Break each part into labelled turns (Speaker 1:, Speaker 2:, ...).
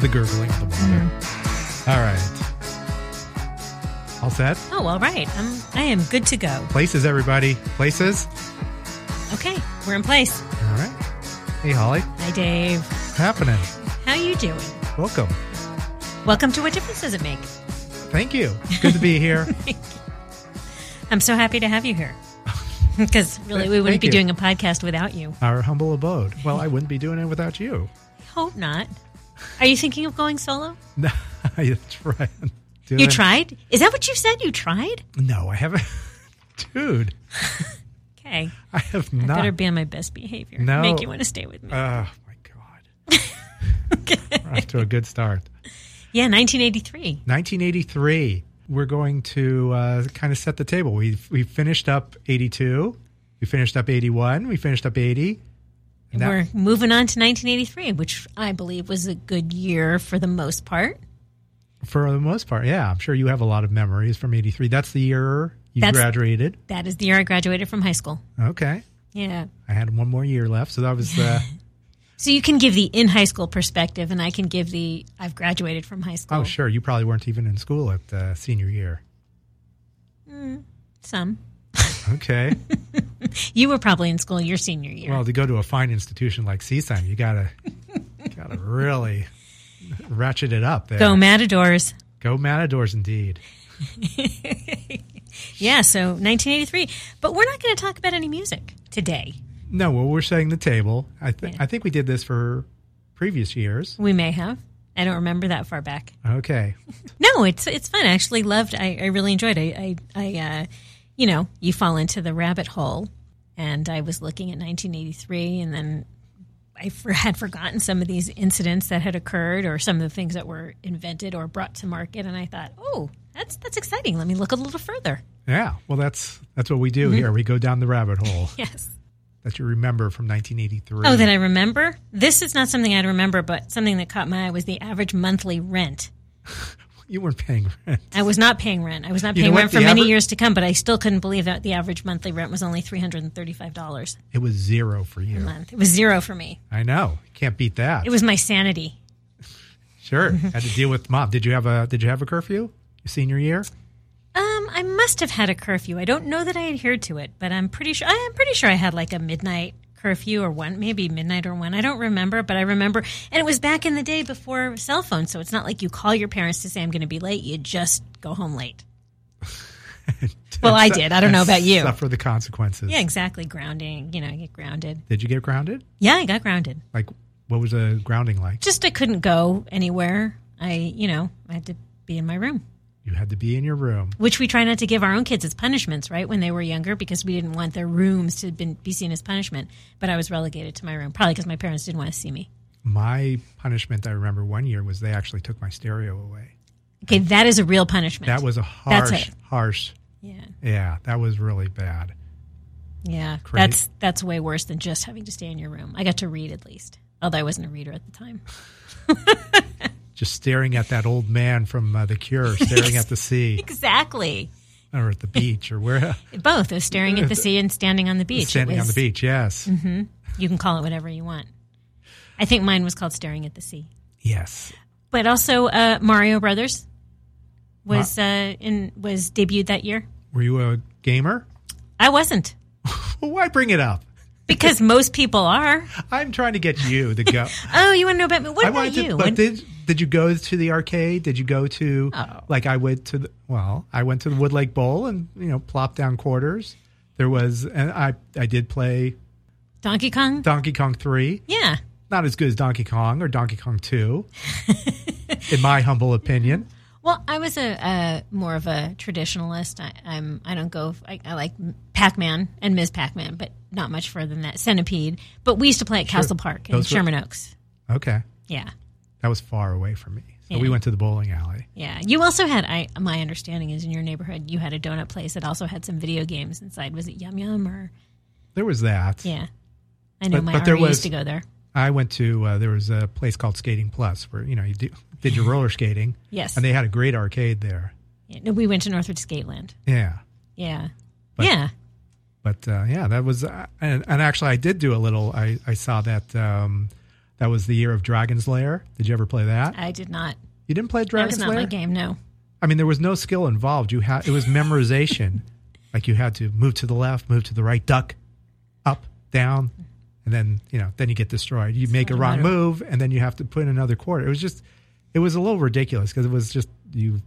Speaker 1: the gurgling of the water. All right. All set?
Speaker 2: Oh, all right. I'm, I am good to go.
Speaker 1: Places, everybody. Places?
Speaker 2: Okay, we're in place.
Speaker 1: All right. Hey, Holly.
Speaker 2: Hi, Dave.
Speaker 1: What's happening?
Speaker 2: How you doing?
Speaker 1: Welcome.
Speaker 2: Welcome to What Difference Does It Make?
Speaker 1: Thank you. It's Good to be here.
Speaker 2: I'm so happy to have you here. Because really, we
Speaker 1: Thank
Speaker 2: wouldn't be
Speaker 1: you.
Speaker 2: doing a podcast without you.
Speaker 1: Our humble abode. Well, I wouldn't be doing it without you.
Speaker 2: Hope not. Are you thinking of going solo?
Speaker 1: That's right.
Speaker 2: You tried? Is that what you said? You tried?
Speaker 1: No, I haven't. Dude,
Speaker 2: Okay.
Speaker 1: I have
Speaker 2: I
Speaker 1: not.
Speaker 2: better be on my best behavior. and
Speaker 1: No.
Speaker 2: Make you want to stay with me.
Speaker 1: Oh my god. We're off to a good start.
Speaker 2: yeah, 1983.
Speaker 1: 1983. We're going to uh, kind of set the table. We we finished up 82. We finished up 81. We finished up 80. And that-
Speaker 2: We're moving on to 1983, which I believe was a good year for the most part.
Speaker 1: for the most part, yeah. I'm sure you have a lot of memories from 83. That's the year you
Speaker 2: That's-
Speaker 1: graduated.
Speaker 2: That is the year I graduated from high school.
Speaker 1: Okay.
Speaker 2: Yeah.
Speaker 1: I had one more year left, so that was uh,
Speaker 2: So you can give the in high school perspective, and I can give the I've graduated from high school.
Speaker 1: oh sure. You probably weren't even in school at uh, senior year.
Speaker 2: Some.
Speaker 1: Okay.
Speaker 2: You were probably in school your senior year.
Speaker 1: Well, to go to a fine institution like CSUN, you gotta gotta really ratchet it up there.
Speaker 2: Go Matadors.
Speaker 1: Go Matadors, indeed.
Speaker 2: Yeah, so 1983. But we're not going to talk about any music today.
Speaker 1: No, well, we're setting the table. I think I think we did this for previous years.
Speaker 2: We may have. I don't remember that far back.
Speaker 1: Okay,
Speaker 2: No, it's it's fun. I actually loved. I, I really enjoyed. I I, I uh, you know, you fall into the rabbit hole, and I was looking at 1983, and then I for, had forgotten some of these incidents that had occurred, or some of the things that were invented or brought to market, and I thought, oh, that's that's exciting. Let me look a little further.
Speaker 1: yeah. Well, that's that's what we
Speaker 2: Mm-hmm.
Speaker 1: do here. We go down the rabbit hole
Speaker 2: Yes.
Speaker 1: that you remember from 1983.
Speaker 2: Oh, that I remember. This is not something I'd remember, but something that caught my eye was the average monthly rent.
Speaker 1: you weren't paying rent.
Speaker 2: I was not paying rent. I was not
Speaker 1: You know
Speaker 2: paying
Speaker 1: what?
Speaker 2: rent for
Speaker 1: The
Speaker 2: many
Speaker 1: aver-
Speaker 2: years to come, but I still couldn't believe that the average monthly rent was only three hundred and thirty-five dollars.
Speaker 1: It was zero for you.
Speaker 2: month. It was zero for me.
Speaker 1: I know. Can't beat that.
Speaker 2: Mm-hmm. It was Mm-hmm. my sanity.
Speaker 1: sure. Had to deal with mom. Did you have a Did you have a curfew? Your senior year?
Speaker 2: Um, I must have had a curfew. I don't know that I adhered to it, but I'm pretty sure. I'm pretty sure I had like a midnight curfew or one, maybe midnight or one. I don't remember, but I remember, and it was back in the day before cell phones, so it's not like you call your parents to say I'm going to be late. You just go home late. well, I did. I don't know about you.
Speaker 1: Suffer the consequences.
Speaker 2: Yeah, exactly. Grounding. You know, get grounded.
Speaker 1: Did you get grounded?
Speaker 2: Yeah, I got grounded.
Speaker 1: Like, what was the grounding like?
Speaker 2: Just I couldn't go anywhere. I, you know, I had to be in my room.
Speaker 1: You had to be in your room.
Speaker 2: which we try not to give our own kids as punishments, right? When they were younger, because we didn't want their rooms to been, be seen as punishment. But I was relegated to my room, probably because my parents didn't want to see me.
Speaker 1: My punishment, I remember one year, was they actually took my stereo away.
Speaker 2: Okay, that is a real punishment.
Speaker 1: That was a
Speaker 2: That's
Speaker 1: harsh,
Speaker 2: it.
Speaker 1: harsh.
Speaker 2: yeah,
Speaker 1: Yeah, that was really bad.
Speaker 2: yeah.
Speaker 1: Great.
Speaker 2: That's that's way worse than just having to stay in your room. I got to read at least, although I wasn't a reader at the time.
Speaker 1: Just staring at that old man from uh, The Cure, staring at the sea
Speaker 2: Exactly,
Speaker 1: or at the beach or where,
Speaker 2: both. I was staring at the sea and standing on the beach. It
Speaker 1: standing on the
Speaker 2: was- Mm-hmm.
Speaker 1: beach. Yes,
Speaker 2: You can call it whatever you want. I think mine was called staring at the sea.
Speaker 1: yes.
Speaker 2: But also, uh, Mario Brothers was uh, in was debuted that year.
Speaker 1: Were you a gamer?
Speaker 2: I wasn't
Speaker 1: Well, why bring it up?
Speaker 2: because most people are.
Speaker 1: I'm trying to get you to go.
Speaker 2: Oh, you want to know about me? What
Speaker 1: I
Speaker 2: about
Speaker 1: wanted
Speaker 2: you?
Speaker 1: to,
Speaker 2: What-
Speaker 1: but did did you go to the arcade? Did you go to
Speaker 2: Oh.
Speaker 1: like I went to the well, I went to the Woodlake Bowl and you know plopped down quarters. There was and I I did play
Speaker 2: Donkey Kong?
Speaker 1: Donkey Kong three,
Speaker 2: yeah.
Speaker 1: not as good as Donkey Kong or Donkey Kong two, in my humble opinion.
Speaker 2: Well, I was a, a more of a traditionalist. I, I'm I don't go. I, I like Pac Man and Ms. Pac Man, but not much further than that. Centipede. But we used to play at Castle Park in
Speaker 1: Those were-
Speaker 2: Sherman Oaks.
Speaker 1: Okay,
Speaker 2: Yeah.
Speaker 1: that was far away from me, so we
Speaker 2: Yeah.
Speaker 1: went to the bowling alley.
Speaker 2: Yeah, you also had. I my understanding is in your neighborhood you had a donut place that also had some video games inside. Was it Yum Yum or
Speaker 1: There was that.
Speaker 2: yeah? I know
Speaker 1: But-
Speaker 2: my
Speaker 1: but there
Speaker 2: RE
Speaker 1: was-
Speaker 2: used to go there.
Speaker 1: I went to uh, there was a place called Skating Plus where you know you do, did your roller skating.
Speaker 2: Yes.
Speaker 1: and they had a great arcade there.
Speaker 2: Yeah, no, we went to Northridge Skateland.
Speaker 1: Yeah.
Speaker 2: Yeah,
Speaker 1: But-
Speaker 2: yeah.
Speaker 1: but uh, yeah, that was uh, and, and actually I did do a little. I I saw that um, That was the year of Dragon's Lair. Did you ever play that?
Speaker 2: I did not.
Speaker 1: You didn't play
Speaker 2: That was
Speaker 1: Dragon's
Speaker 2: not
Speaker 1: Lair.
Speaker 2: my game. No.
Speaker 1: I mean, there was no skill involved. You had it was memorization. like you had to move to the left, move to the right, duck, up, down, and then you know, then you get destroyed. You make a
Speaker 2: like
Speaker 1: wrong
Speaker 2: Monopoly.
Speaker 1: move, and then you have to put in another quarter. It was just, it was a little ridiculous because it was just you.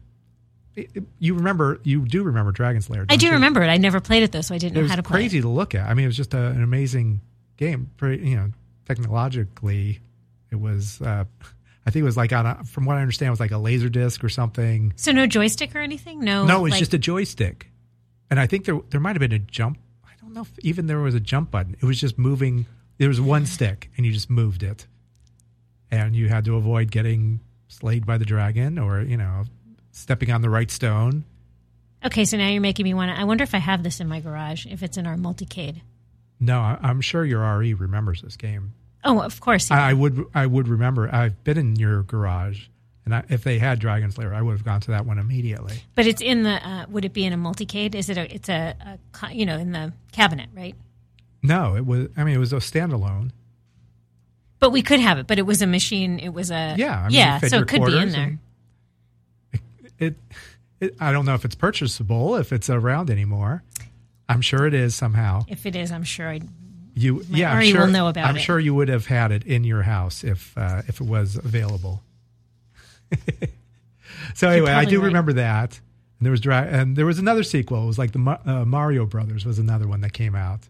Speaker 1: it- it- you remember, you do remember Dragon's Lair.
Speaker 2: I
Speaker 1: don't
Speaker 2: do
Speaker 1: you?
Speaker 2: remember it. I never played it though, so I didn't
Speaker 1: It
Speaker 2: know
Speaker 1: was
Speaker 2: how to play.
Speaker 1: crazy to look at. I mean, it was just a, an amazing game. Pretty, you know, technologically, it was. Uh, I think it was like on, a, from what I understand, it was like a laser disc or something.
Speaker 2: So no joystick or anything. No.
Speaker 1: No, it's
Speaker 2: like-
Speaker 1: just a joystick. And I think there there might have been a jump. I don't know if even there was a jump button. It was just moving. There was one stick, and you just moved it, and you had to avoid getting slayed by the dragon or you know stepping on the right stone.
Speaker 2: Okay, so now you're making me want to. I wonder if I have this in my garage. If it's in our multicade.
Speaker 1: No, I, I'm sure your RE remembers this game.
Speaker 2: Oh, of course.
Speaker 1: I, I would I would remember. I've been in your garage, and I, if they had Dragon's Lair, I would have gone to that one immediately.
Speaker 2: But it's in the. Uh, would it be in a multicade? Is it a? It's a, a. co- You know, in the cabinet, right?
Speaker 1: No, it was. I mean, it was a standalone.
Speaker 2: But we could have it. But it was a machine. It was a.
Speaker 1: Yeah, I mean,
Speaker 2: yeah.
Speaker 1: you fed
Speaker 2: So
Speaker 1: your
Speaker 2: it could be in
Speaker 1: quarters
Speaker 2: there.
Speaker 1: and- it, it I don't know if it's purchasable if it's around anymore. I'm sure it is somehow.
Speaker 2: If it is, I'm sure I'd.
Speaker 1: You
Speaker 2: My
Speaker 1: yeah, I'm
Speaker 2: Ari
Speaker 1: sure,
Speaker 2: will know about
Speaker 1: I'm
Speaker 2: it.
Speaker 1: sure you would have had it in your house if uh, if it was available. so anyway, I
Speaker 2: probably
Speaker 1: do
Speaker 2: right.
Speaker 1: remember that. And there was dra- and there was another sequel. It was like the Ma- uh, Mario Brothers was another one that came out.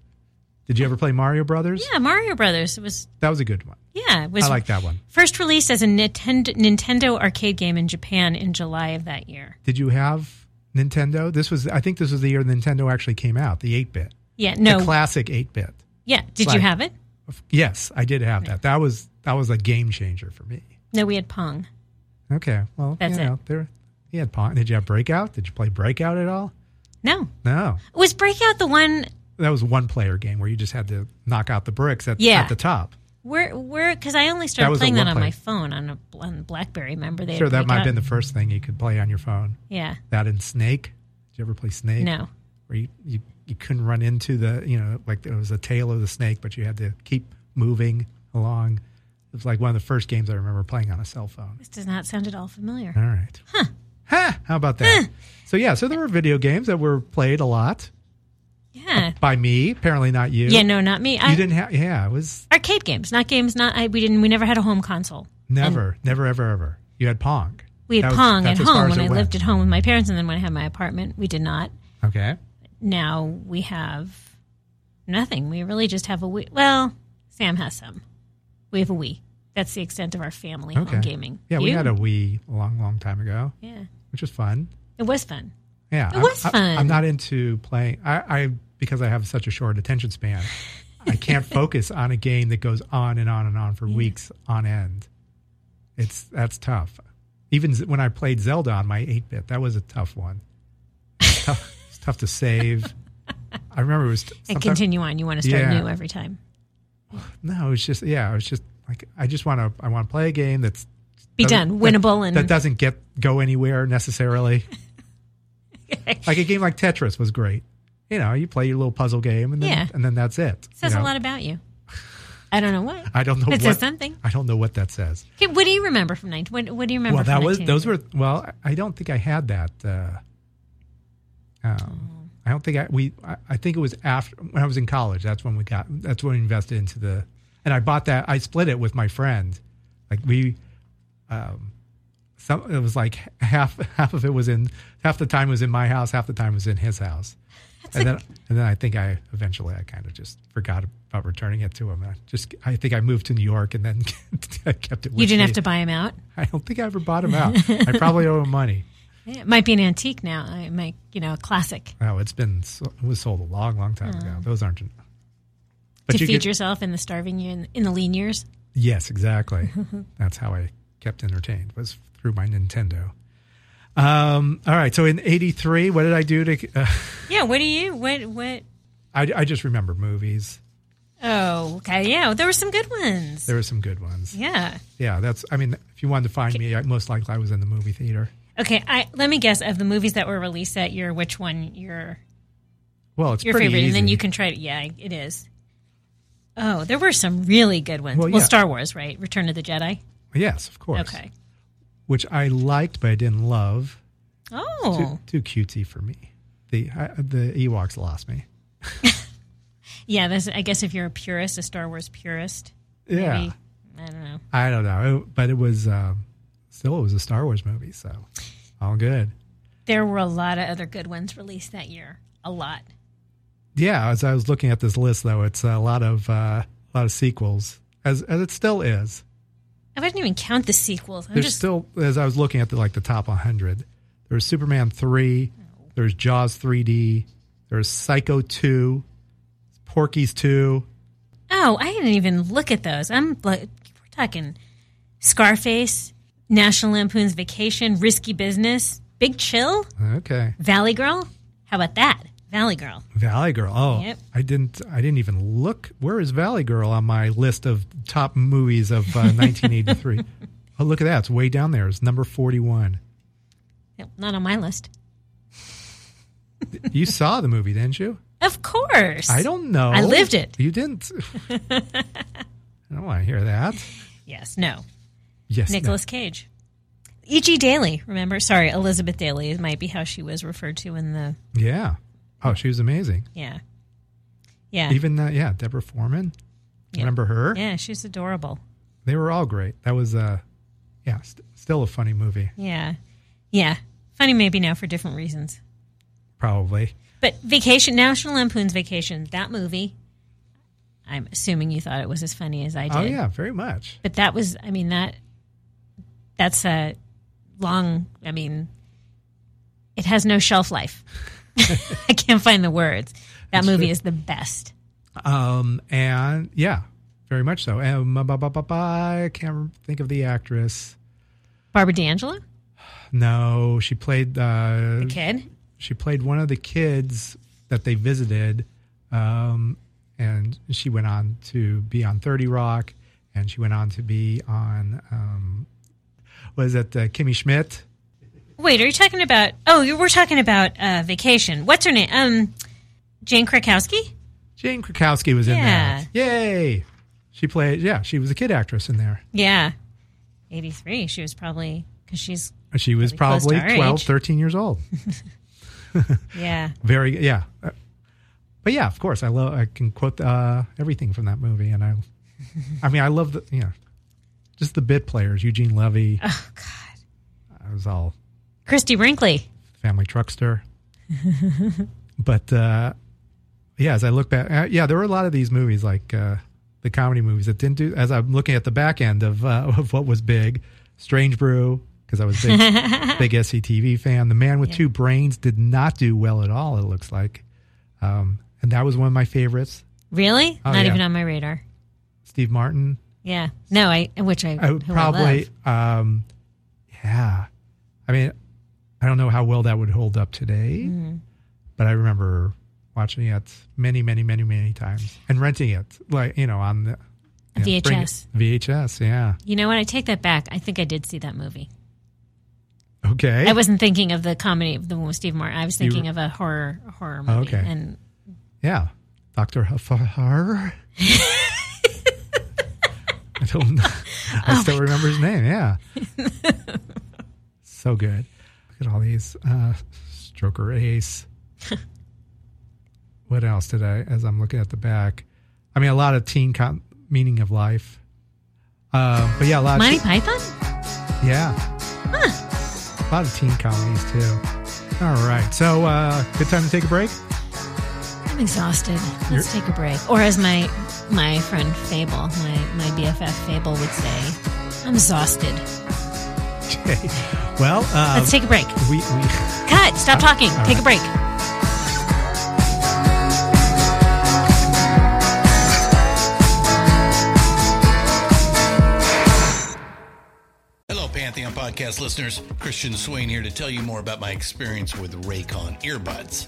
Speaker 1: Did you ever play Mario Brothers?
Speaker 2: Yeah, Mario Brothers was.
Speaker 1: That was a good one.
Speaker 2: Yeah, it was
Speaker 1: I like that one.
Speaker 2: first released as a Nintendo, Nintendo arcade game in Japan in July of that year.
Speaker 1: Did you have Nintendo? This was I think this was the year Nintendo actually came out, the 8-bit.
Speaker 2: Yeah.
Speaker 1: The
Speaker 2: No.
Speaker 1: classic 8-bit.
Speaker 2: yeah. Did you
Speaker 1: like-
Speaker 2: have it?
Speaker 1: Yes, I did have that. That was that was a game changer for me.
Speaker 2: No, we had Pong.
Speaker 1: Okay, well,
Speaker 2: That's
Speaker 1: you know, there he had pawn. Did you have breakout? Did you play breakout at all?
Speaker 2: No.
Speaker 1: No,
Speaker 2: Was Breakout the one
Speaker 1: that was one player game where you just had to knock out the bricks at,
Speaker 2: Yeah.
Speaker 1: at the top.
Speaker 2: where where because I only
Speaker 1: That
Speaker 2: started
Speaker 1: was a
Speaker 2: playing that on
Speaker 1: one-player.
Speaker 2: my phone on a on BlackBerry. Remember they had
Speaker 1: Sure, that might have been
Speaker 2: Breakout?
Speaker 1: the first thing you could play on your phone.
Speaker 2: yeah
Speaker 1: That and Snake. Did you ever play Snake?
Speaker 2: no
Speaker 1: Where you, you you couldn't run into the you know like there was a tail of the snake, but you had to keep moving along. It was like one of the first games I remember playing on a cell phone.
Speaker 2: this does not sound at all familiar.
Speaker 1: All right. Huh. How about that? So yeah, so there were video games that were played a lot
Speaker 2: Yeah
Speaker 1: by me. Apparently not you.
Speaker 2: yeah no not me.
Speaker 1: You
Speaker 2: I,
Speaker 1: didn't have. Yeah, it was
Speaker 2: arcade games not games not I we didn't we never had a home console.
Speaker 1: never, never, ever, ever. You had Pong.
Speaker 2: We had
Speaker 1: That was-
Speaker 2: Pong
Speaker 1: that's
Speaker 2: at
Speaker 1: as far as
Speaker 2: home when
Speaker 1: it
Speaker 2: I
Speaker 1: went.
Speaker 2: lived at home with my parents, and then when I had my apartment, we did not.
Speaker 1: Okay.
Speaker 2: Now we have nothing. We really just have a Wii. Well, Sam has some. We have a Wii. That's the extent of our family
Speaker 1: Okay.
Speaker 2: home gaming.
Speaker 1: Yeah, we
Speaker 2: You?
Speaker 1: had a Wii a long, long time ago,
Speaker 2: yeah.
Speaker 1: which was fun.
Speaker 2: It was fun.
Speaker 1: Yeah, it
Speaker 2: was fun.
Speaker 1: I'm not into playing. I, I because I have such a short attention span, I can't focus on a game that goes on and on and on for weeks on end. It's that's tough. Even z- when I played Zelda on my 8-bit, that was a tough one. tough, it's tough to save. I remember it was.
Speaker 2: And
Speaker 1: sometimes-
Speaker 2: continue on. You want to start
Speaker 1: Yeah.
Speaker 2: new every time.
Speaker 1: No, it's just yeah. It was just like I just want to. I want to play a game that's
Speaker 2: Be
Speaker 1: doesn't-
Speaker 2: done. Winnable and
Speaker 1: that doesn't get go anywhere necessarily. like a game like Tetris was great. You know, you play your little puzzle game, and then
Speaker 2: Yeah.
Speaker 1: and then that's it.
Speaker 2: says
Speaker 1: you know?
Speaker 2: a lot about you. I don't know what.
Speaker 1: I don't know
Speaker 2: It
Speaker 1: what
Speaker 2: says something.
Speaker 1: I don't know what that says.
Speaker 2: Okay, what do you remember from 19? What, what do you remember?
Speaker 1: well,
Speaker 2: from
Speaker 1: that was
Speaker 2: 19?
Speaker 1: those were well. I don't think I had that. Uh, um, I don't think I we. I, I think it was after when I was in college. That's when we got. That's when we invested into the. And I bought that. I split it with my friend. Like we, um, some it was like half half of it was in half the time was in my house, half the time was in his house. and then and then I think I eventually I kind of just forgot about returning it to him. I just I think I moved to New York and then I kept it. With
Speaker 2: You didn't
Speaker 1: me.
Speaker 2: have to buy them out.
Speaker 1: I don't think I ever bought them out. I probably owe him money.
Speaker 2: Yeah, It might be an antique now. It might, you know, a classic
Speaker 1: No, it's been so- it was sold a long, long time ago. Those aren't.
Speaker 2: to feed
Speaker 1: could-
Speaker 2: yourself in the starving year, in, in the lean years.
Speaker 1: Yes, exactly. That's how I kept entertained was through my Nintendo. Um, all right, so in '83, what did I do to? Uh,
Speaker 2: Yeah. What do you? What? What?
Speaker 1: I, I just remember movies.
Speaker 2: Oh, okay. Yeah, there were some good ones.
Speaker 1: There were some good ones.
Speaker 2: Yeah.
Speaker 1: Yeah, that's. I mean, if you wanted to find me, I, most likely I was in the movie theater.
Speaker 2: Okay. I let me guess of the movies that were released that year, which one your
Speaker 1: Well, it's
Speaker 2: your
Speaker 1: pretty
Speaker 2: favorite, and then
Speaker 1: easy.
Speaker 2: you can try it. Yeah, it is. Oh, there were some really good ones.
Speaker 1: Well,
Speaker 2: Well,
Speaker 1: yeah.
Speaker 2: Star Wars, right? Return of the Jedi.
Speaker 1: Yes, of course.
Speaker 2: Okay.
Speaker 1: Which I liked, but I didn't love.
Speaker 2: Oh,
Speaker 1: Too, too cutesy for me. The I, the Ewoks lost me.
Speaker 2: yeah. That's, I guess if you're a purist, a Star Wars purist,
Speaker 1: Yeah,
Speaker 2: maybe. I don't know.
Speaker 1: I don't know, It- but it was um, still it was a Star Wars movie, so all good.
Speaker 2: There were a lot of other good ones released that year. A lot.
Speaker 1: Yeah, as I was looking at this list, though, it's a lot of uh, a lot of sequels, as as it still is.
Speaker 2: I wouldn't even count the sequels. I'm
Speaker 1: There's
Speaker 2: just
Speaker 1: still, as I was looking at the like the top 100, there's Superman three, there's Jaws 3D, there's Psycho two, Porky's two.
Speaker 2: Oh, I didn't even look at those. I'm like, we're talking Scarface, National Lampoon's Vacation, Risky Business, Big Chill,
Speaker 1: Okay,
Speaker 2: Valley Girl. How about that? Valley Girl.
Speaker 1: Valley Girl. Oh,
Speaker 2: Yep.
Speaker 1: I didn't, I didn't even look. Where is Valley Girl on my list of top movies of uh, 1983? oh, look at that! It's way down there. It's number 41.
Speaker 2: Nope, Not on my list.
Speaker 1: You saw the movie, didn't you?
Speaker 2: Of course.
Speaker 1: I don't know.
Speaker 2: I lived it.
Speaker 1: You didn't. I don't want to hear that.
Speaker 2: Yes, no.
Speaker 1: Yes, no.
Speaker 2: Nicholas Cage. E.G. Daly, remember? Sorry, Elizabeth Daly It might be how she was referred to in the.
Speaker 1: Yeah. Oh, she was amazing.
Speaker 2: Yeah. Yeah.
Speaker 1: Even that, yeah, Deborah Foreman.
Speaker 2: Yeah.
Speaker 1: Remember her?
Speaker 2: yeah, she's adorable.
Speaker 1: They were all great. That was, uh, yeah, st- still a funny movie,
Speaker 2: Yeah. Yeah. Funny maybe now for different reasons.
Speaker 1: probably.
Speaker 2: But Vacation, National Lampoon's Vacation, that movie, I'm assuming you thought it was as funny as I did.
Speaker 1: Oh, yeah, very much.
Speaker 2: But that was, I mean, that, that's a long, I mean, it has no shelf life. I can't find the words. That movie is the best.
Speaker 1: Um, and yeah, very much so. And ba- ba- ba- ba- ba- I can't think of the actress.
Speaker 2: Barbara D'Angelo,
Speaker 1: No, she played, uh,
Speaker 2: the kid.
Speaker 1: she played one of the kids that they visited, um, and she went on to be on Thirty Rock, and she went on to be on um, was it uh, Kimmy Schmidt?
Speaker 2: Wait, are you talking about, oh, you were talking about uh, Vacation. What's her name? Um, Jane Krakowski?
Speaker 1: Jane Krakowski was in
Speaker 2: Yeah.
Speaker 1: that. Yay! She played. Yeah, she was a kid actress in there.
Speaker 2: Yeah. 83. She was probably, because she's,
Speaker 1: She was
Speaker 2: Probably close to
Speaker 1: probably,
Speaker 2: our
Speaker 1: 12,
Speaker 2: age.
Speaker 1: 13 years old.
Speaker 2: yeah.
Speaker 1: Very yeah. Uh, But yeah, of course, I love. I can quote uh, everything from that movie, and I. I mean, I love the you know, just the bit players. Eugene Levy.
Speaker 2: Oh, God.
Speaker 1: I was all
Speaker 2: Christy Brinkley.
Speaker 1: family truckster. but uh, yeah, as I look back, uh, yeah, there were a lot of these movies, like uh, the comedy movies that didn't do. As I'm looking at the back end of uh, of what was big, Strange Brew, because I was a big, big SCTV fan. The Man with Two Brains did not do well at all. It looks like, um, and that was one of my favorites.
Speaker 2: Really?
Speaker 1: Oh,
Speaker 2: Not
Speaker 1: yeah.
Speaker 2: even on my radar.
Speaker 1: Steve Martin,
Speaker 2: Yeah. No, I which I,
Speaker 1: I would
Speaker 2: who I
Speaker 1: probably,
Speaker 2: love.
Speaker 1: um, yeah. I mean, I don't know how well that would hold up today,
Speaker 2: Mm-hmm.
Speaker 1: but I remember watching it many, many, many, many times and renting it, like you know, on the you know, bring it-
Speaker 2: VHS.
Speaker 1: VHS, yeah.
Speaker 2: You know what? I take that back. I think I did see that movie.
Speaker 1: Okay.
Speaker 2: I wasn't thinking of the comedy of the one with Steve Martin. I was
Speaker 1: You- Oh,
Speaker 2: thinking of a horror a horror movie.
Speaker 1: okay.
Speaker 2: And
Speaker 1: yeah, Doctor Huffar. I don't. know. I still remember his name. Yeah. so good. Look at all these. Uh, Stroker Ace. what else did I? As I'm looking at the back, I mean, a lot of teen con- meaning of life. Um, but yeah, a lot.
Speaker 2: Monty
Speaker 1: of,
Speaker 2: Python?
Speaker 1: yeah. A lot of teen comedies too. All right. So uh, good time to take a break.
Speaker 2: I'm exhausted. Let's take a break. Or as my my friend Fable, my, my BFF Fable would say, I'm exhausted.
Speaker 1: Okay. Well, uh,
Speaker 2: Let's take a break.
Speaker 1: we, we
Speaker 2: Cut. Stop talking.
Speaker 1: Uh, all
Speaker 2: Take a break.
Speaker 3: Hello, Pantheon podcast listeners. Christian Swain here to tell you more about my experience with Raycon earbuds.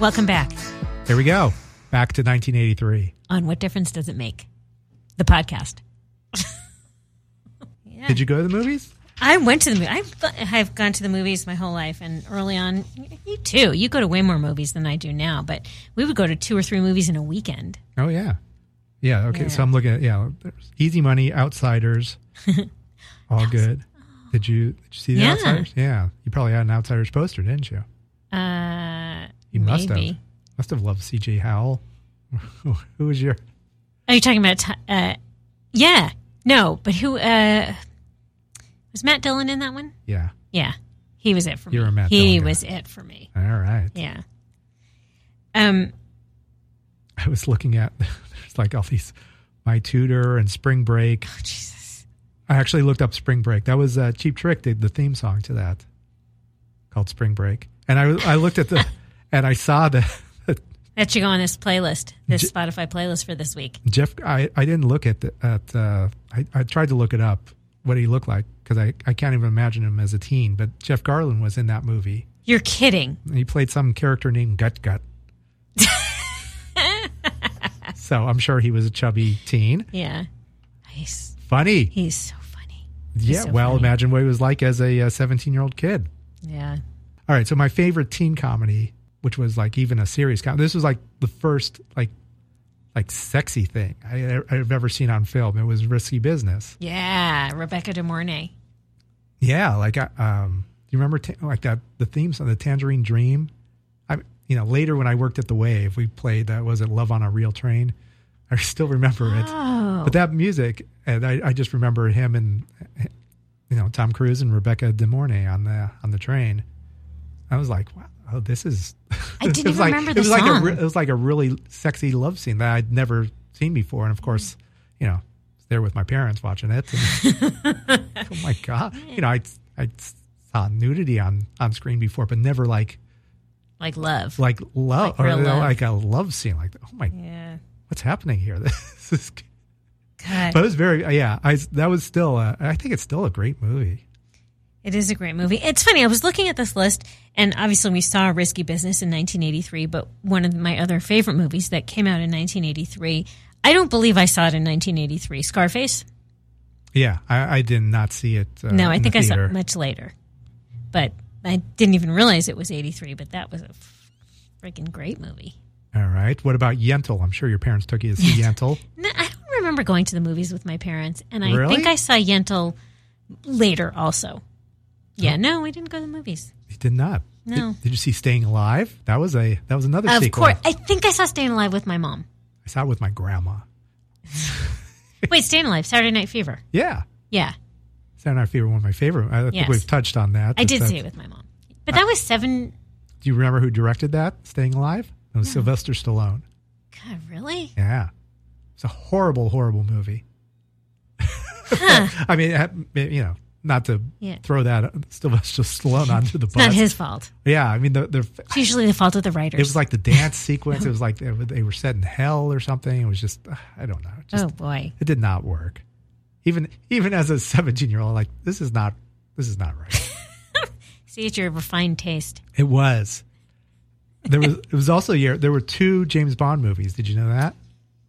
Speaker 2: Welcome back.
Speaker 1: There we go. Back to 1983.
Speaker 2: On what difference does it make? The podcast. yeah.
Speaker 1: Did you go to the movies?
Speaker 2: I went to the movie. I've, I've gone to the movies my whole life, and early on, you too. You go to way more movies than I do now, but we would go to two or three movies in a weekend.
Speaker 1: Oh yeah, yeah. Okay, so
Speaker 2: Yeah.
Speaker 1: I'm looking at yeah. There's Easy Money, Outsiders, all good. Did you did you see the
Speaker 2: Yeah.
Speaker 1: Outsiders? Yeah, you probably had an Outsiders poster, didn't you?
Speaker 2: Uh,
Speaker 1: You must
Speaker 2: maybe.
Speaker 1: have. Must have loved C.J. Howell. Who was your?
Speaker 2: Are you talking about? Ti- Uh, yeah, no, but who uh, was Matt Dillon in that one?
Speaker 1: Yeah.
Speaker 2: Yeah, he was it for
Speaker 1: You're
Speaker 2: me.
Speaker 1: a Matt
Speaker 2: he
Speaker 1: Dillon guy.
Speaker 2: was it for me.
Speaker 1: All right.
Speaker 2: Yeah. Um.
Speaker 1: I was looking at there's like all these my tutor and spring break.
Speaker 2: Jesus.
Speaker 1: I actually looked up spring break. That was uh, Cheap Trick did the theme song to that called Spring Break. And I I looked at the and I saw the
Speaker 2: That should go on this playlist, this
Speaker 1: J-
Speaker 2: Spotify playlist for this week.
Speaker 1: Jeff. I, I didn't look at the, at uh, I I tried to look it up what he looked like because I I can't even imagine him as a teen. But Jeff Garland was in that movie.
Speaker 2: You're kidding.
Speaker 1: He played some character named Gut Gut. so I'm sure he was a chubby teen.
Speaker 2: Yeah. He's
Speaker 1: Funny.
Speaker 2: he's so funny.
Speaker 1: Yeah.
Speaker 2: so
Speaker 1: well,
Speaker 2: funny.
Speaker 1: imagine what he was like as a 17 year old kid.
Speaker 2: Yeah.
Speaker 1: All right. So my favorite teen comedy, which was like even a serious comedy, this was like the first like like sexy thing I, I've ever seen on film. It was Risky Business.
Speaker 2: Yeah. Rebecca De Mornay.
Speaker 1: Yeah, like I, um, you remember ta- like that the theme song, the Tangerine Dream. I, you know, later when I worked at the Wave, we played that was it Love on a Real Train. I still remember it.
Speaker 2: Oh.
Speaker 1: But that music, and I, I just remember him and you know Tom Cruise and Rebecca De Mornay on the on the train. I was like, wow, oh, this is.
Speaker 2: I didn't
Speaker 1: it was
Speaker 2: even
Speaker 1: like,
Speaker 2: remember
Speaker 1: it
Speaker 2: the
Speaker 1: was Like a,
Speaker 2: song.
Speaker 1: re- it was like a really sexy love scene that I'd never seen before, and of course, you know, there with my parents watching it. and- oh my god! You know, I I saw nudity on on screen before, but never like
Speaker 2: Like love.
Speaker 1: like love
Speaker 2: Like real
Speaker 1: or you know,
Speaker 2: love.
Speaker 1: like a love scene. Like, oh my,
Speaker 2: yeah.
Speaker 1: what's happening here? This is
Speaker 2: God.
Speaker 1: but it was very uh, yeah i that was still uh, i think it's still a great movie
Speaker 2: It is a great movie. It's funny. I was looking at this list, and obviously we saw Risky Business in 1983, but one of my other favorite movies that came out in 1983, I don't believe I saw it in 1983. Scarface?
Speaker 1: yeah i, I did not see it uh,
Speaker 2: No, I
Speaker 1: in the
Speaker 2: think I saw
Speaker 1: theater.
Speaker 2: it much later. But I didn't even realize it was 83, but that was a freaking great movie.
Speaker 1: all right what about yentl i'm sure your parents took you to see yentl
Speaker 2: No, I don't remember going to the movies with my parents, and I
Speaker 1: Really?
Speaker 2: think I saw Yentl later also. Yeah, no, we didn't go to the movies.
Speaker 1: you did not
Speaker 2: No.
Speaker 1: did, did you see staying alive that was a that was another
Speaker 2: Of
Speaker 1: sequel
Speaker 2: course. I think I saw Staying Alive with my mom.
Speaker 1: i saw it with my grandma
Speaker 2: Wait, Staying Alive, Saturday Night Fever.
Speaker 1: yeah
Speaker 2: Yeah,
Speaker 1: Saturday Night Fever, one of my favorite. I think
Speaker 2: Yes.
Speaker 1: we've touched on that.
Speaker 2: I did
Speaker 1: That's-
Speaker 2: see it with my mom. But that was seven.
Speaker 1: Do you remember who directed that? Staying Alive. It was Sylvester Stallone.
Speaker 2: God, really?
Speaker 1: Yeah, it's a horrible, horrible movie. I mean, it had- you know, not to
Speaker 2: Yeah.
Speaker 1: throw that Sylvester Stallone onto the
Speaker 2: It's not
Speaker 1: bus.
Speaker 2: his fault.
Speaker 1: yeah, I mean, the, the,
Speaker 2: It's usually the fault of the writers.
Speaker 1: it was like the dance sequence. It was like they were- they were set in hell or something. It was just uh, I don't know. Just
Speaker 2: oh boy.
Speaker 1: it did not work. Even even as a seventeen year old, like this is not this is not right.
Speaker 2: See, it's your refined taste.
Speaker 1: It was. There was it was also a year there were two James Bond movies. Did you know that?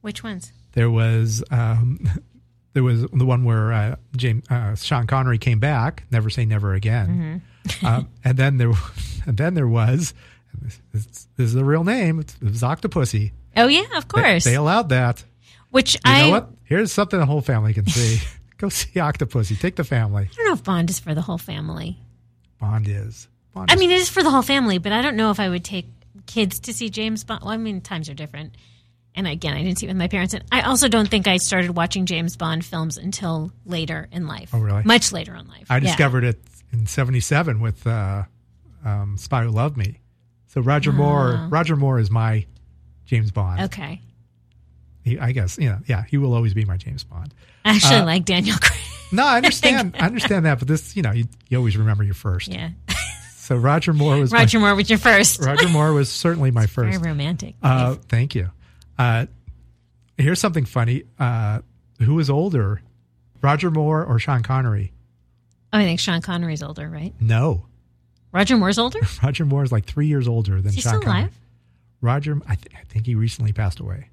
Speaker 2: Which ones?
Speaker 1: There was um there was the one where uh, James uh, Sean Connery came back, Never Say Never Again.
Speaker 2: Mm-hmm.
Speaker 1: um, and then there and then there was this, this is the real name. It's, it was Octopussy.
Speaker 2: Oh yeah, of
Speaker 1: They-
Speaker 2: course.
Speaker 1: They, allowed that.
Speaker 2: Which
Speaker 1: You
Speaker 2: I
Speaker 1: know what? Here's something the whole family can see. Go see Octopussy. Take the family.
Speaker 2: I don't know if Bond is for the whole family.
Speaker 1: Bond is. Bond
Speaker 2: I
Speaker 1: is-
Speaker 2: mean, it is for the whole family, but I don't know if I would take kids to see James Bond. Well, I mean, times are different. And again, I didn't see it with my parents. And I also don't think I started watching James Bond films until later in life. Oh,
Speaker 1: really?
Speaker 2: Much later in life.
Speaker 1: I
Speaker 2: Yeah.
Speaker 1: discovered it in '77 with uh, um, "Spy Who Loved Me." So Roger Moore, Roger Moore is my James Bond.
Speaker 2: Okay.
Speaker 1: He, I guess, yeah, yeah, he will always be my James Bond.
Speaker 2: I actually
Speaker 1: Uh,
Speaker 2: like Daniel Craig.
Speaker 1: No, I understand, I understand that, but this, you know, you, you always remember your first.
Speaker 2: yeah.
Speaker 1: So Roger Moore was
Speaker 2: Roger Moore was your first.
Speaker 1: My, Roger Moore was certainly my
Speaker 2: Very
Speaker 1: first.
Speaker 2: romantic.
Speaker 1: Uh, thank you. Uh, here's something funny. Uh, who is older, Roger Moore or Sean Connery?
Speaker 2: oh, I think Sean Connery's older, right?
Speaker 1: No,
Speaker 2: Roger Moore's older? Is
Speaker 1: Roger Moore is like three years older than
Speaker 2: he
Speaker 1: Sean
Speaker 2: still
Speaker 1: Connery.
Speaker 2: alive?
Speaker 1: Roger, I, th- I think he recently passed away.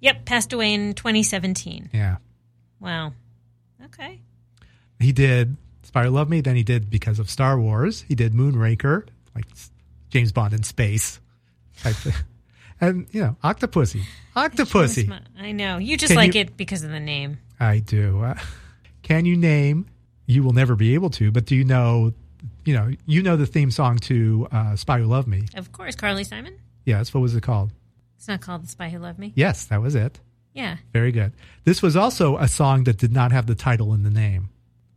Speaker 2: Yep, passed away in 2017.
Speaker 1: Yeah.
Speaker 2: Wow. Okay.
Speaker 1: He did Spy Who Loved Me, then he did Because of Star Wars. He did Moonraker, like s- James Bond in space. Type thing. and, you know, Octopussy. Octopussy.
Speaker 2: I know. You just
Speaker 1: Can
Speaker 2: like
Speaker 1: you-
Speaker 2: it because of the name.
Speaker 1: I do. Uh, can you name, you will never be able to, but do you know, you know, you know the theme song to uh, Spy Who Loved Me.
Speaker 2: Of course, Carly Simon.
Speaker 1: Yes. What was it called?
Speaker 2: It's not called The Spy Who Loved Me.
Speaker 1: Yes, that was it.
Speaker 2: Yeah.
Speaker 1: Very good. This was also a song that did not have the title in the name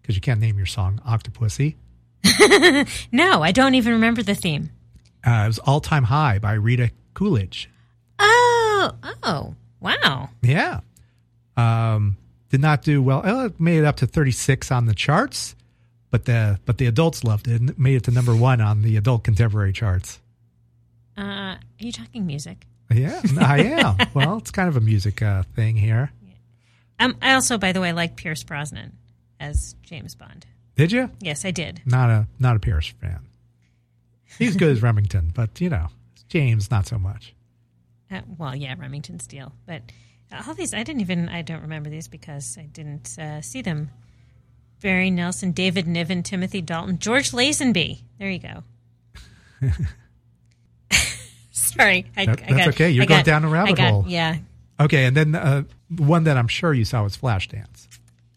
Speaker 1: because you can't name your song Octopussy.
Speaker 2: No, I don't even remember the theme.
Speaker 1: Uh, it was All Time High by Rita Coolidge.
Speaker 2: Oh, oh, wow.
Speaker 1: Yeah. Um, did not do well. Oh, It made it up to 36 on the charts, but the but the adults loved it and it made it to number one on the adult contemporary charts.
Speaker 2: Uh, are you talking music?
Speaker 1: Yeah, I am. Well, it's kind of a music uh, thing here.
Speaker 2: Um, I also, by the way, like Pierce Brosnan as James Bond.
Speaker 1: Did you?
Speaker 2: Yes, I did.
Speaker 1: Not a not a Pierce fan. He's good as Remington, but you know James not so much.
Speaker 2: Uh, well, yeah, Remington Steele. But uh, all these, I didn't even, I don't remember these because I didn't uh, see them. Barry Nelson, David Niven, Timothy Dalton, George Lazenby. There you go. Sorry. I,
Speaker 1: That-
Speaker 2: I
Speaker 1: that's
Speaker 2: got,
Speaker 1: okay. You're
Speaker 2: I
Speaker 1: going
Speaker 2: got-
Speaker 1: down a rabbit
Speaker 2: I got-
Speaker 1: hole.
Speaker 2: Yeah.
Speaker 1: Okay, and then uh, one that I'm sure you saw was Flashdance.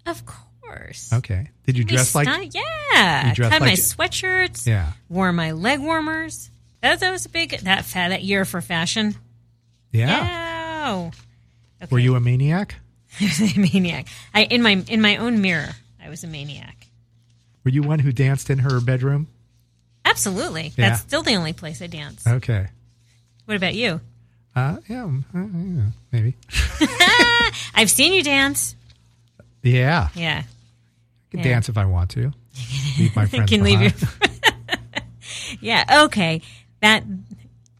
Speaker 2: Of course.
Speaker 1: Okay, did you
Speaker 2: Be
Speaker 1: dress like?
Speaker 2: sty- yeah.
Speaker 1: you dress
Speaker 2: Had my
Speaker 1: like-
Speaker 2: sweatshirts.
Speaker 1: Yeah,
Speaker 2: Wore my leg warmers. That, that was a big that fa- that year for fashion.
Speaker 1: yeah.
Speaker 2: Yeah.
Speaker 1: Were you a maniac?
Speaker 2: a maniac? I in my in my own mirror, I was a maniac.
Speaker 1: Were you one who danced in her bedroom?
Speaker 2: Absolutely.
Speaker 1: Yeah. Uh,
Speaker 2: That's still the only place I dance.
Speaker 1: Okay.
Speaker 2: what about you?
Speaker 1: Uh, yeah, mm, uh, yeah, maybe.
Speaker 2: I've seen you dance.
Speaker 1: Yeah, I
Speaker 2: Yeah.
Speaker 1: can
Speaker 2: Yeah.
Speaker 1: dance if I want to. Leave my friends
Speaker 2: can leave
Speaker 1: behind.
Speaker 2: your- Yeah. Okay. That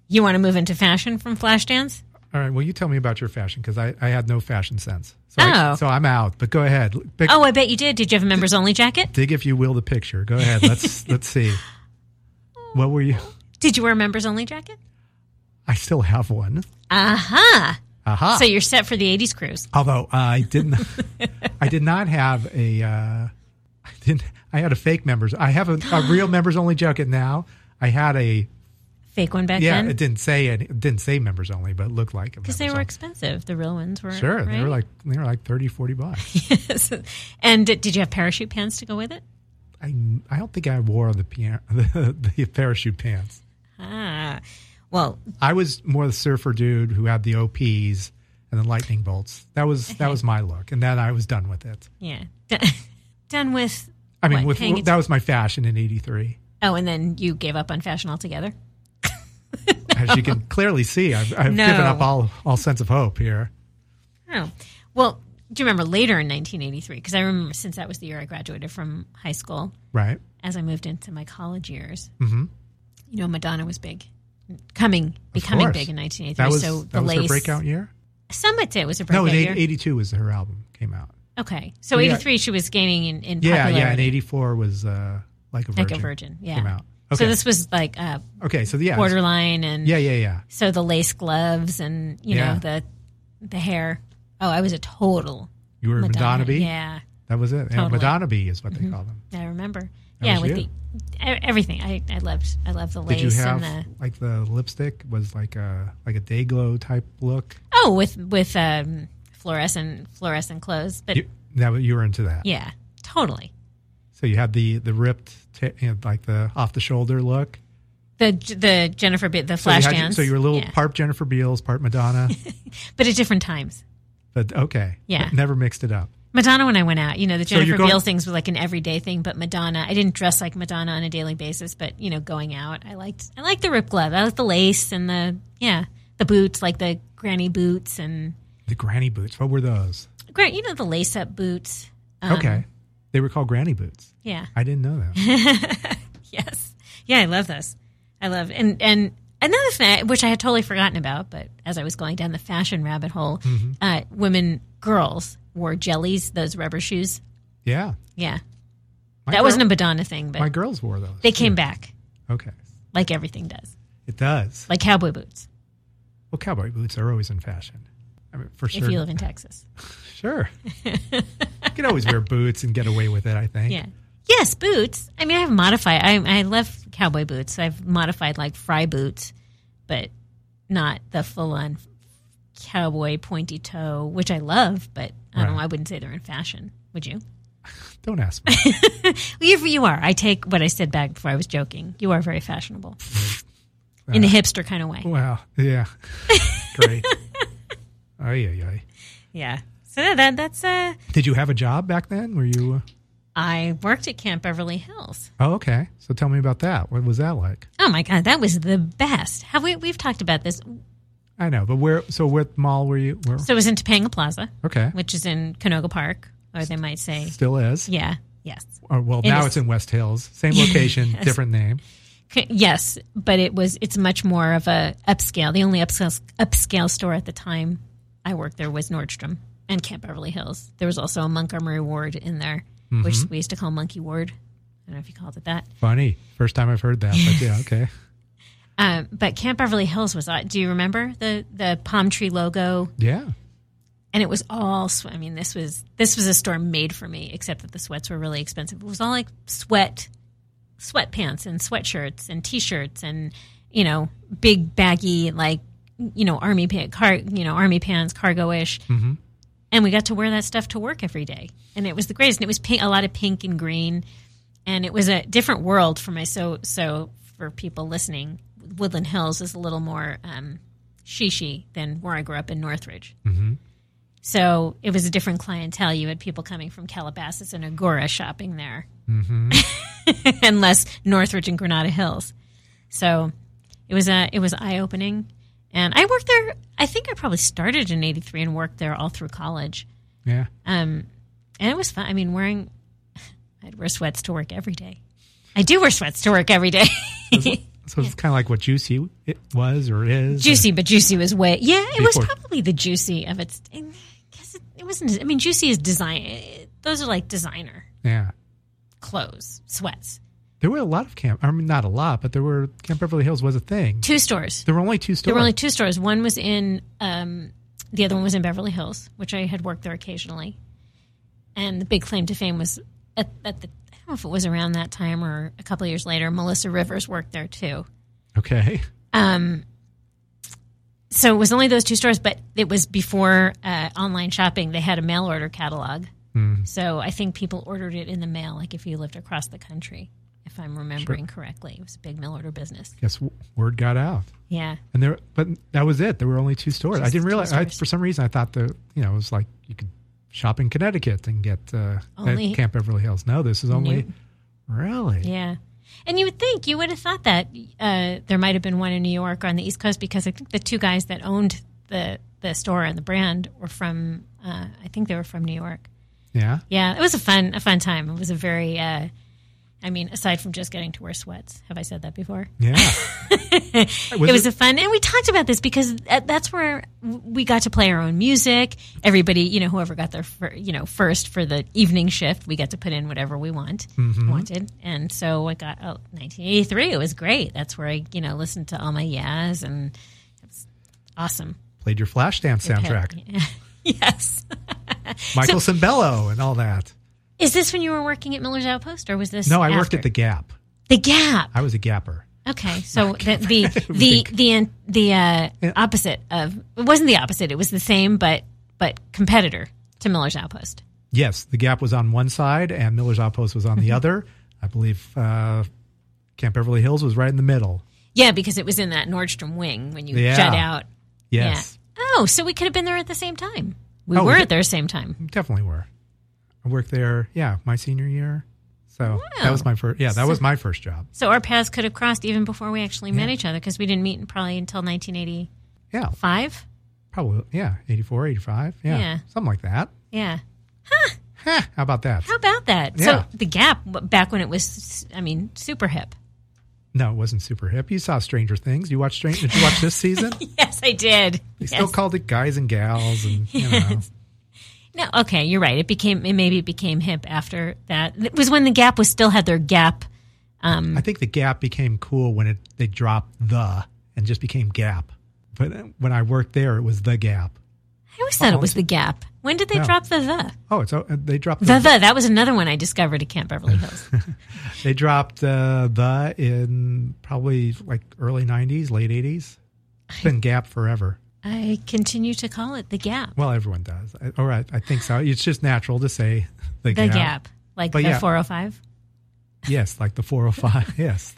Speaker 2: you want to move into fashion from Flashdance?
Speaker 1: All right. Well, you tell me about your fashion because I, I had no fashion sense. So I,
Speaker 2: Oh.
Speaker 1: so I'm out. But go ahead. Pick,
Speaker 2: Oh, I bet you did. Did you have a members only jacket?
Speaker 1: Dig if you will the picture. Go ahead. Let's let's see. What were you?
Speaker 2: Did you wear a members only jacket?
Speaker 1: I still have one.
Speaker 2: Aha.
Speaker 1: Aha.
Speaker 2: So you're set for the 80s cruise.
Speaker 1: Although uh, I didn't, I did not have a. Uh, I didn't. I had a fake members. I have a, a real members only jacket now. I had a
Speaker 2: Fake one back
Speaker 1: yeah.
Speaker 2: then?
Speaker 1: It didn't say any, it didn't say members only, but it looked like
Speaker 2: Because they were expensive. The real ones were.
Speaker 1: sure. They were like
Speaker 2: right?
Speaker 1: they were like 30, 40 bucks.
Speaker 2: and did did you have parachute pants to go with it?
Speaker 1: I I don't think I wore the pian- the, the parachute pants.
Speaker 2: Ah. Well,
Speaker 1: I was more the surfer dude who had the OPs and the lightning bolts. That was that was my look, and then I was done with it.
Speaker 2: yeah. D- Done with.
Speaker 1: I mean,
Speaker 2: what,
Speaker 1: with
Speaker 2: paying
Speaker 1: that was my fashion in '83.
Speaker 2: atten- oh, and then you gave up on fashion altogether?
Speaker 1: As you can clearly see, I've, I've
Speaker 2: No.
Speaker 1: given up all all sense of hope here.
Speaker 2: Oh. Well, do you remember later in 1983? Because I remember since that was the year I graduated from high school,
Speaker 1: right?
Speaker 2: as I moved into my college years,
Speaker 1: Mm-hmm.
Speaker 2: you know, Madonna was big, coming, becoming
Speaker 1: course.
Speaker 2: big in 1983.
Speaker 1: That was
Speaker 2: so
Speaker 1: that
Speaker 2: the
Speaker 1: was
Speaker 2: lace,
Speaker 1: her breakout year.
Speaker 2: some would say it was a breakout
Speaker 1: No, in
Speaker 2: year.
Speaker 1: 80, 82 was her album came out.
Speaker 2: okay, so
Speaker 1: Yeah.
Speaker 2: 83 she was gaining in, in
Speaker 1: Yeah, yeah, and
Speaker 2: popularity,
Speaker 1: 84 was uh, like a virgin.
Speaker 2: like a virgin, yeah.
Speaker 1: came out.
Speaker 2: So
Speaker 1: Okay.
Speaker 2: this was like uh,
Speaker 1: Okay, so yeah, it's-
Speaker 2: borderline, and
Speaker 1: yeah, yeah, yeah.
Speaker 2: so the lace gloves, and you
Speaker 1: Yeah.
Speaker 2: know the the hair. Oh, I was a total
Speaker 1: You were Madonna,
Speaker 2: Madonna.
Speaker 1: B.
Speaker 2: Yeah,
Speaker 1: That was it. Yeah,
Speaker 2: Totally. Mm-hmm.
Speaker 1: Madonna B is what they call them.
Speaker 2: I remember.
Speaker 1: That
Speaker 2: yeah,
Speaker 1: was
Speaker 2: with
Speaker 1: you.
Speaker 2: the e- everything. I, I loved I loved the
Speaker 1: Did you
Speaker 2: lace
Speaker 1: have
Speaker 2: and the
Speaker 1: like the lipstick was like a like a day glow type look?
Speaker 2: oh with with um, fluorescent fluorescent clothes, but
Speaker 1: You, that you were into that.
Speaker 2: Yeah, totally.
Speaker 1: So you had the the ripped t- you know, like the off the shoulder look.
Speaker 2: The the Jennifer Be- the
Speaker 1: So you,
Speaker 2: flash
Speaker 1: had-
Speaker 2: dance.
Speaker 1: so you were a little
Speaker 2: yeah.
Speaker 1: part Jennifer Beals, part Madonna,
Speaker 2: but at different times.
Speaker 1: but okay,
Speaker 2: Yeah.
Speaker 1: But never mixed it up.
Speaker 2: Madonna, when I went out, you know, the
Speaker 1: you're
Speaker 2: Jennifer
Speaker 1: going-
Speaker 2: Beals things were like an everyday thing, but Madonna, I didn't dress like Madonna on a daily basis, but you know, going out, I liked, I liked the rip glove. I liked the lace and the, yeah, the boots, like the granny boots and,
Speaker 1: The granny boots. What were those?
Speaker 2: gra- you know, the lace up boots. Um,
Speaker 1: okay, they were called granny boots.
Speaker 2: Yeah.
Speaker 1: I didn't know that.
Speaker 2: Yes. Yeah, I love those. I love and and another thing which I had totally forgotten about, but as I was going down the fashion rabbit hole,
Speaker 1: Mm-hmm.
Speaker 2: uh, women girls wore jellies, those rubber shoes.
Speaker 1: yeah,
Speaker 2: Yeah,
Speaker 1: My
Speaker 2: that
Speaker 1: girl-
Speaker 2: wasn't a Madonna thing, but
Speaker 1: my girls wore those.
Speaker 2: they came back
Speaker 1: Okay,
Speaker 2: like everything does,
Speaker 1: it does.
Speaker 2: like cowboy boots.
Speaker 1: Well, cowboy boots are always in fashion. I mean, for sure.
Speaker 2: If you live in Texas,
Speaker 1: Sure. you can always wear boots and get away with it, I think.
Speaker 2: yeah. Yes, boots. I mean, I've modified. I I love cowboy boots. I've modified like fry boots, but not the full on cowboy pointy toe, which I love. But I don't. know,
Speaker 1: Right.
Speaker 2: I wouldn't say they're in fashion. Would you?
Speaker 1: Don't ask me.
Speaker 2: Well, you, you are. I take what I said back before I was joking. You are very fashionable in a hipster kind of way.
Speaker 1: wow. Yeah. Great. Oh, yeah, yeah.
Speaker 2: Yeah. So yeah, that that's uh,
Speaker 1: Did you have a job back then? Were you?
Speaker 2: I worked at Camp Beverly Hills.
Speaker 1: Uh, oh, okay. So tell me about that. What was that like?
Speaker 2: Oh my god, that was the best. Have we we've talked about this?
Speaker 1: I know, but where? So what mall were you? Where?
Speaker 2: So it was in Topanga Plaza,
Speaker 1: Okay.
Speaker 2: which is in Canoga Park, or they might say,
Speaker 1: Still is.
Speaker 2: yeah, yes,
Speaker 1: Or, well,
Speaker 2: It
Speaker 1: now
Speaker 2: is.
Speaker 1: it's in West Hills. Same location, different name.
Speaker 2: C- yes. But it was it's much more of a upscale. The only upscale upscale store at the time I worked there was Nordstrom and Camp Beverly Hills. There was also a Montgomery Ward in there, which we used to call Monkey Ward. I don't know if you called it that.
Speaker 1: Funny. First time I've heard that. But yeah, okay.
Speaker 2: Um, but Camp Beverly Hills was. uh, Do you remember the the palm tree logo?
Speaker 1: Yeah.
Speaker 2: And it was all. swe- I mean, this was this was a store made for me. Except that the sweats were really expensive. It was all like sweat, sweatpants and sweatshirts and t-shirts and you know big baggy like you know army pant car you know army pants cargo ish. And we got to wear that stuff to work every day, and it was the greatest. And it was pink, a lot of pink and green, and it was a different world for my so so for people listening. Woodland Hills is a little more um, shishi than where I grew up in Northridge. So it was a different clientele. You had people coming from Calabasas and Agora shopping there, and less Northridge and Granada Hills. So it was a it was eye opening, and I worked there. I think I probably started in '83 and worked there all through college,
Speaker 1: Yeah.
Speaker 2: and it was fun. I mean, wearing I'd wear sweats to work every day. I do wear sweats to work every day.
Speaker 1: So it's kind of like what Juicy it was or is.
Speaker 2: Juicy, but Juicy was way. Yeah, it was
Speaker 1: Before-
Speaker 2: probably the Juicy of its. Because it, it wasn't. I mean, Juicy is design. eh, Those are like designer
Speaker 1: yeah.
Speaker 2: clothes, sweats.
Speaker 1: There were a lot of camp. I mean, not a lot, but there were Camp Beverly Hills was a thing.
Speaker 2: Two stores.
Speaker 1: There were only two stores.
Speaker 2: There were only two stores. One was in. Um, the other one was in Beverly Hills, which I had worked there occasionally. And the big claim to fame was at, at the. I don't know if it was around that time or a couple of years later. Melissa Rivers worked there too.
Speaker 1: okay.
Speaker 2: so it was only those two stores, but it was before uh, online shopping. They had a mail order catalog, so I think people ordered it in the mail. Like if you lived across the country, if I'm remembering correctly, it was a big mail order business.
Speaker 1: Guess w- word got out,
Speaker 2: Yeah,
Speaker 1: and there. But that was it. There were only two stores. I
Speaker 2: Just
Speaker 1: didn't
Speaker 2: two
Speaker 1: realize. I,
Speaker 2: stores.
Speaker 1: for some reason, I thought the you know it was like you could shop in Connecticut and get uh,
Speaker 2: Only-
Speaker 1: at Camp Beverly Hills. No, this is only
Speaker 2: Nope.
Speaker 1: really.
Speaker 2: yeah. And you would think you would have thought that uh, there might have been one in New York or on the East Coast because I think the two guys that owned the the store and the brand were from Uh, I think they were from New York.
Speaker 1: Yeah.
Speaker 2: Yeah, it was a fun a fun time. It was a very uh, I mean, aside from just getting to wear sweats, have I said that before?
Speaker 1: Yeah.
Speaker 2: it was a fun, and we talked about this because at- that's where we got to play our own music. Everybody, you know, whoever got their, fir- you know, first for the evening shift, we got to put in whatever we want
Speaker 1: Mm-hmm.
Speaker 2: wanted, and so I got oh, 1983. It was great. That's where I, you know, listened to all my yes, and it was awesome.
Speaker 1: Played your Flashdance soundtrack,
Speaker 2: yes.
Speaker 1: Michael Cimbello, and all that.
Speaker 2: Is this when you were working at Miller's Outpost, or was this?
Speaker 1: No, I worked at
Speaker 2: after?
Speaker 1: the Gap.
Speaker 2: the Gap.
Speaker 1: I was a Gapper.
Speaker 2: Okay, so the the the the, the uh, opposite of it wasn't the opposite. It was the same, but but competitor to Miller's Outpost.
Speaker 1: Yes, the Gap was on one side, and Miller's Outpost was on the other. I believe uh, Camp Beverly Hills was right in the middle.
Speaker 2: Yeah, because it was in that Nordstrom wing when you
Speaker 1: Yeah.
Speaker 2: jut out.
Speaker 1: Yes,
Speaker 2: Yeah. Oh, so we could have been there at the same time. We
Speaker 1: Oh,
Speaker 2: were
Speaker 1: we-
Speaker 2: at their same time.
Speaker 1: definitely were. I worked there. Yeah, my senior year. So that
Speaker 2: Wow.
Speaker 1: was my first. Yeah, that was my first job.
Speaker 2: So our paths could have crossed even before we actually met each other because we didn't meet probably until 1985.
Speaker 1: Yeah, probably. Yeah, 84, 85. Yeah,
Speaker 2: Yeah.
Speaker 1: something like that.
Speaker 2: Yeah.
Speaker 1: Huh, how about that?
Speaker 2: How about that?
Speaker 1: Yeah.
Speaker 2: So the Gap w- back when it was, I mean, super hip.
Speaker 1: No, it wasn't super hip. You saw Stranger Things. You watched Stranger. Did you watch this season?
Speaker 2: Yes, I did.
Speaker 1: They
Speaker 2: Yes.
Speaker 1: still called it guys and gals, and you know.
Speaker 2: No, okay, you're right. It became it maybe it became hip after that. It was when the Gap was still had their Gap.
Speaker 1: I think the Gap became cool when it they dropped the and just became Gap. But when I worked there, it was the Gap.
Speaker 2: I always thought it was the Gap. When did they
Speaker 1: No.
Speaker 2: drop the the
Speaker 1: Oh, it's oh, they dropped
Speaker 2: the the?
Speaker 1: the,
Speaker 2: That was another one I discovered at Camp Beverly Hills.
Speaker 1: they dropped uh, the in probably like early '90s, late '80s. It's been Gap forever.
Speaker 2: I continue to call it the Gap,
Speaker 1: Well, everyone does. I, all right, I think so. It's just natural to say the,
Speaker 2: the
Speaker 1: Gap.
Speaker 2: Gap, like
Speaker 1: But
Speaker 2: the
Speaker 1: yeah.
Speaker 2: 405.
Speaker 1: Yes, like the 405. yes.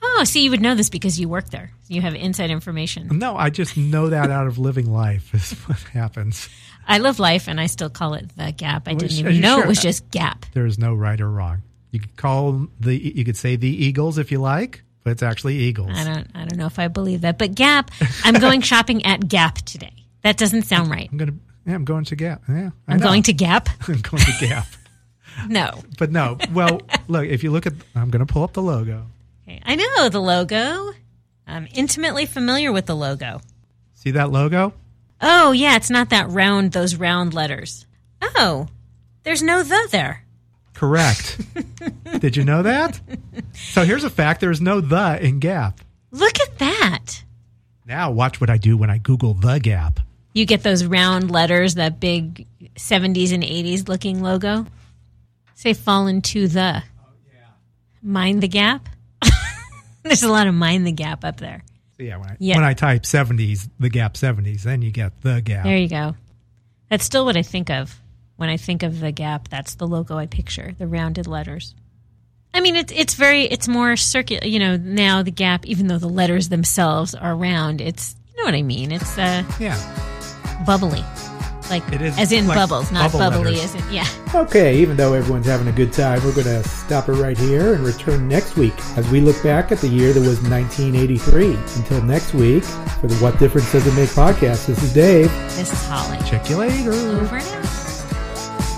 Speaker 2: Oh, see, you would know this because you work there. You have inside information.
Speaker 1: No, I just know that out of living life is what happens.
Speaker 2: I live life, and I still call it the Gap. I didn't
Speaker 1: sh- are
Speaker 2: even
Speaker 1: you
Speaker 2: know
Speaker 1: sure?
Speaker 2: it was just Gap.
Speaker 1: There is no right or wrong. You could call the you could say the Eagles if you like, but it's actually Eagles.
Speaker 2: I don't. I don't know if I believe that, but Gap. I'm going shopping at Gap today. That doesn't sound right.
Speaker 1: I'm gonna. Yeah, I'm going to Gap. Yeah, I
Speaker 2: I'm
Speaker 1: know.
Speaker 2: going to Gap.
Speaker 1: I'm going to Gap.
Speaker 2: No.
Speaker 1: But no. Well, look. If you look at, I'm gonna pull up the logo.
Speaker 2: Okay. I know the logo. I'm intimately familiar with the logo.
Speaker 1: See that logo?
Speaker 2: Oh, yeah, it's not that round, those round letters. Oh, there's no the there.
Speaker 1: Correct. Did you know that? So here's a fact: there is no the in Gap.
Speaker 2: Look at that.
Speaker 1: Now watch what I do when I Google the Gap.
Speaker 2: You get those round letters, that big 70s and 80s looking logo. Say fall into the. Mind the gap. there's a lot of mind the gap up there.
Speaker 1: So yeah, when I
Speaker 2: Yeah.
Speaker 1: when I type 70s, the Gap 70s, then you get the Gap.
Speaker 2: There you go. That's still what I think of when I think of the Gap. That's the logo I picture, the rounded letters. I mean, it's it's very it's more circular. You know, now the Gap, even though the letters themselves are round, it's you know what I mean. It's uh,
Speaker 1: yeah.
Speaker 2: bubbly, like
Speaker 1: It is
Speaker 2: as in
Speaker 1: like
Speaker 2: bubbles, not
Speaker 1: bubble
Speaker 2: bubbly
Speaker 1: letters.
Speaker 2: as in yeah.
Speaker 1: Okay, even though everyone's having a good time, we're going to stop it right here and return next week as we look back at the year that was 1983. Until next week, for the What Difference Does It Make podcast, this is Dave.
Speaker 2: This is Holly.
Speaker 1: Check you later.
Speaker 2: Over and out.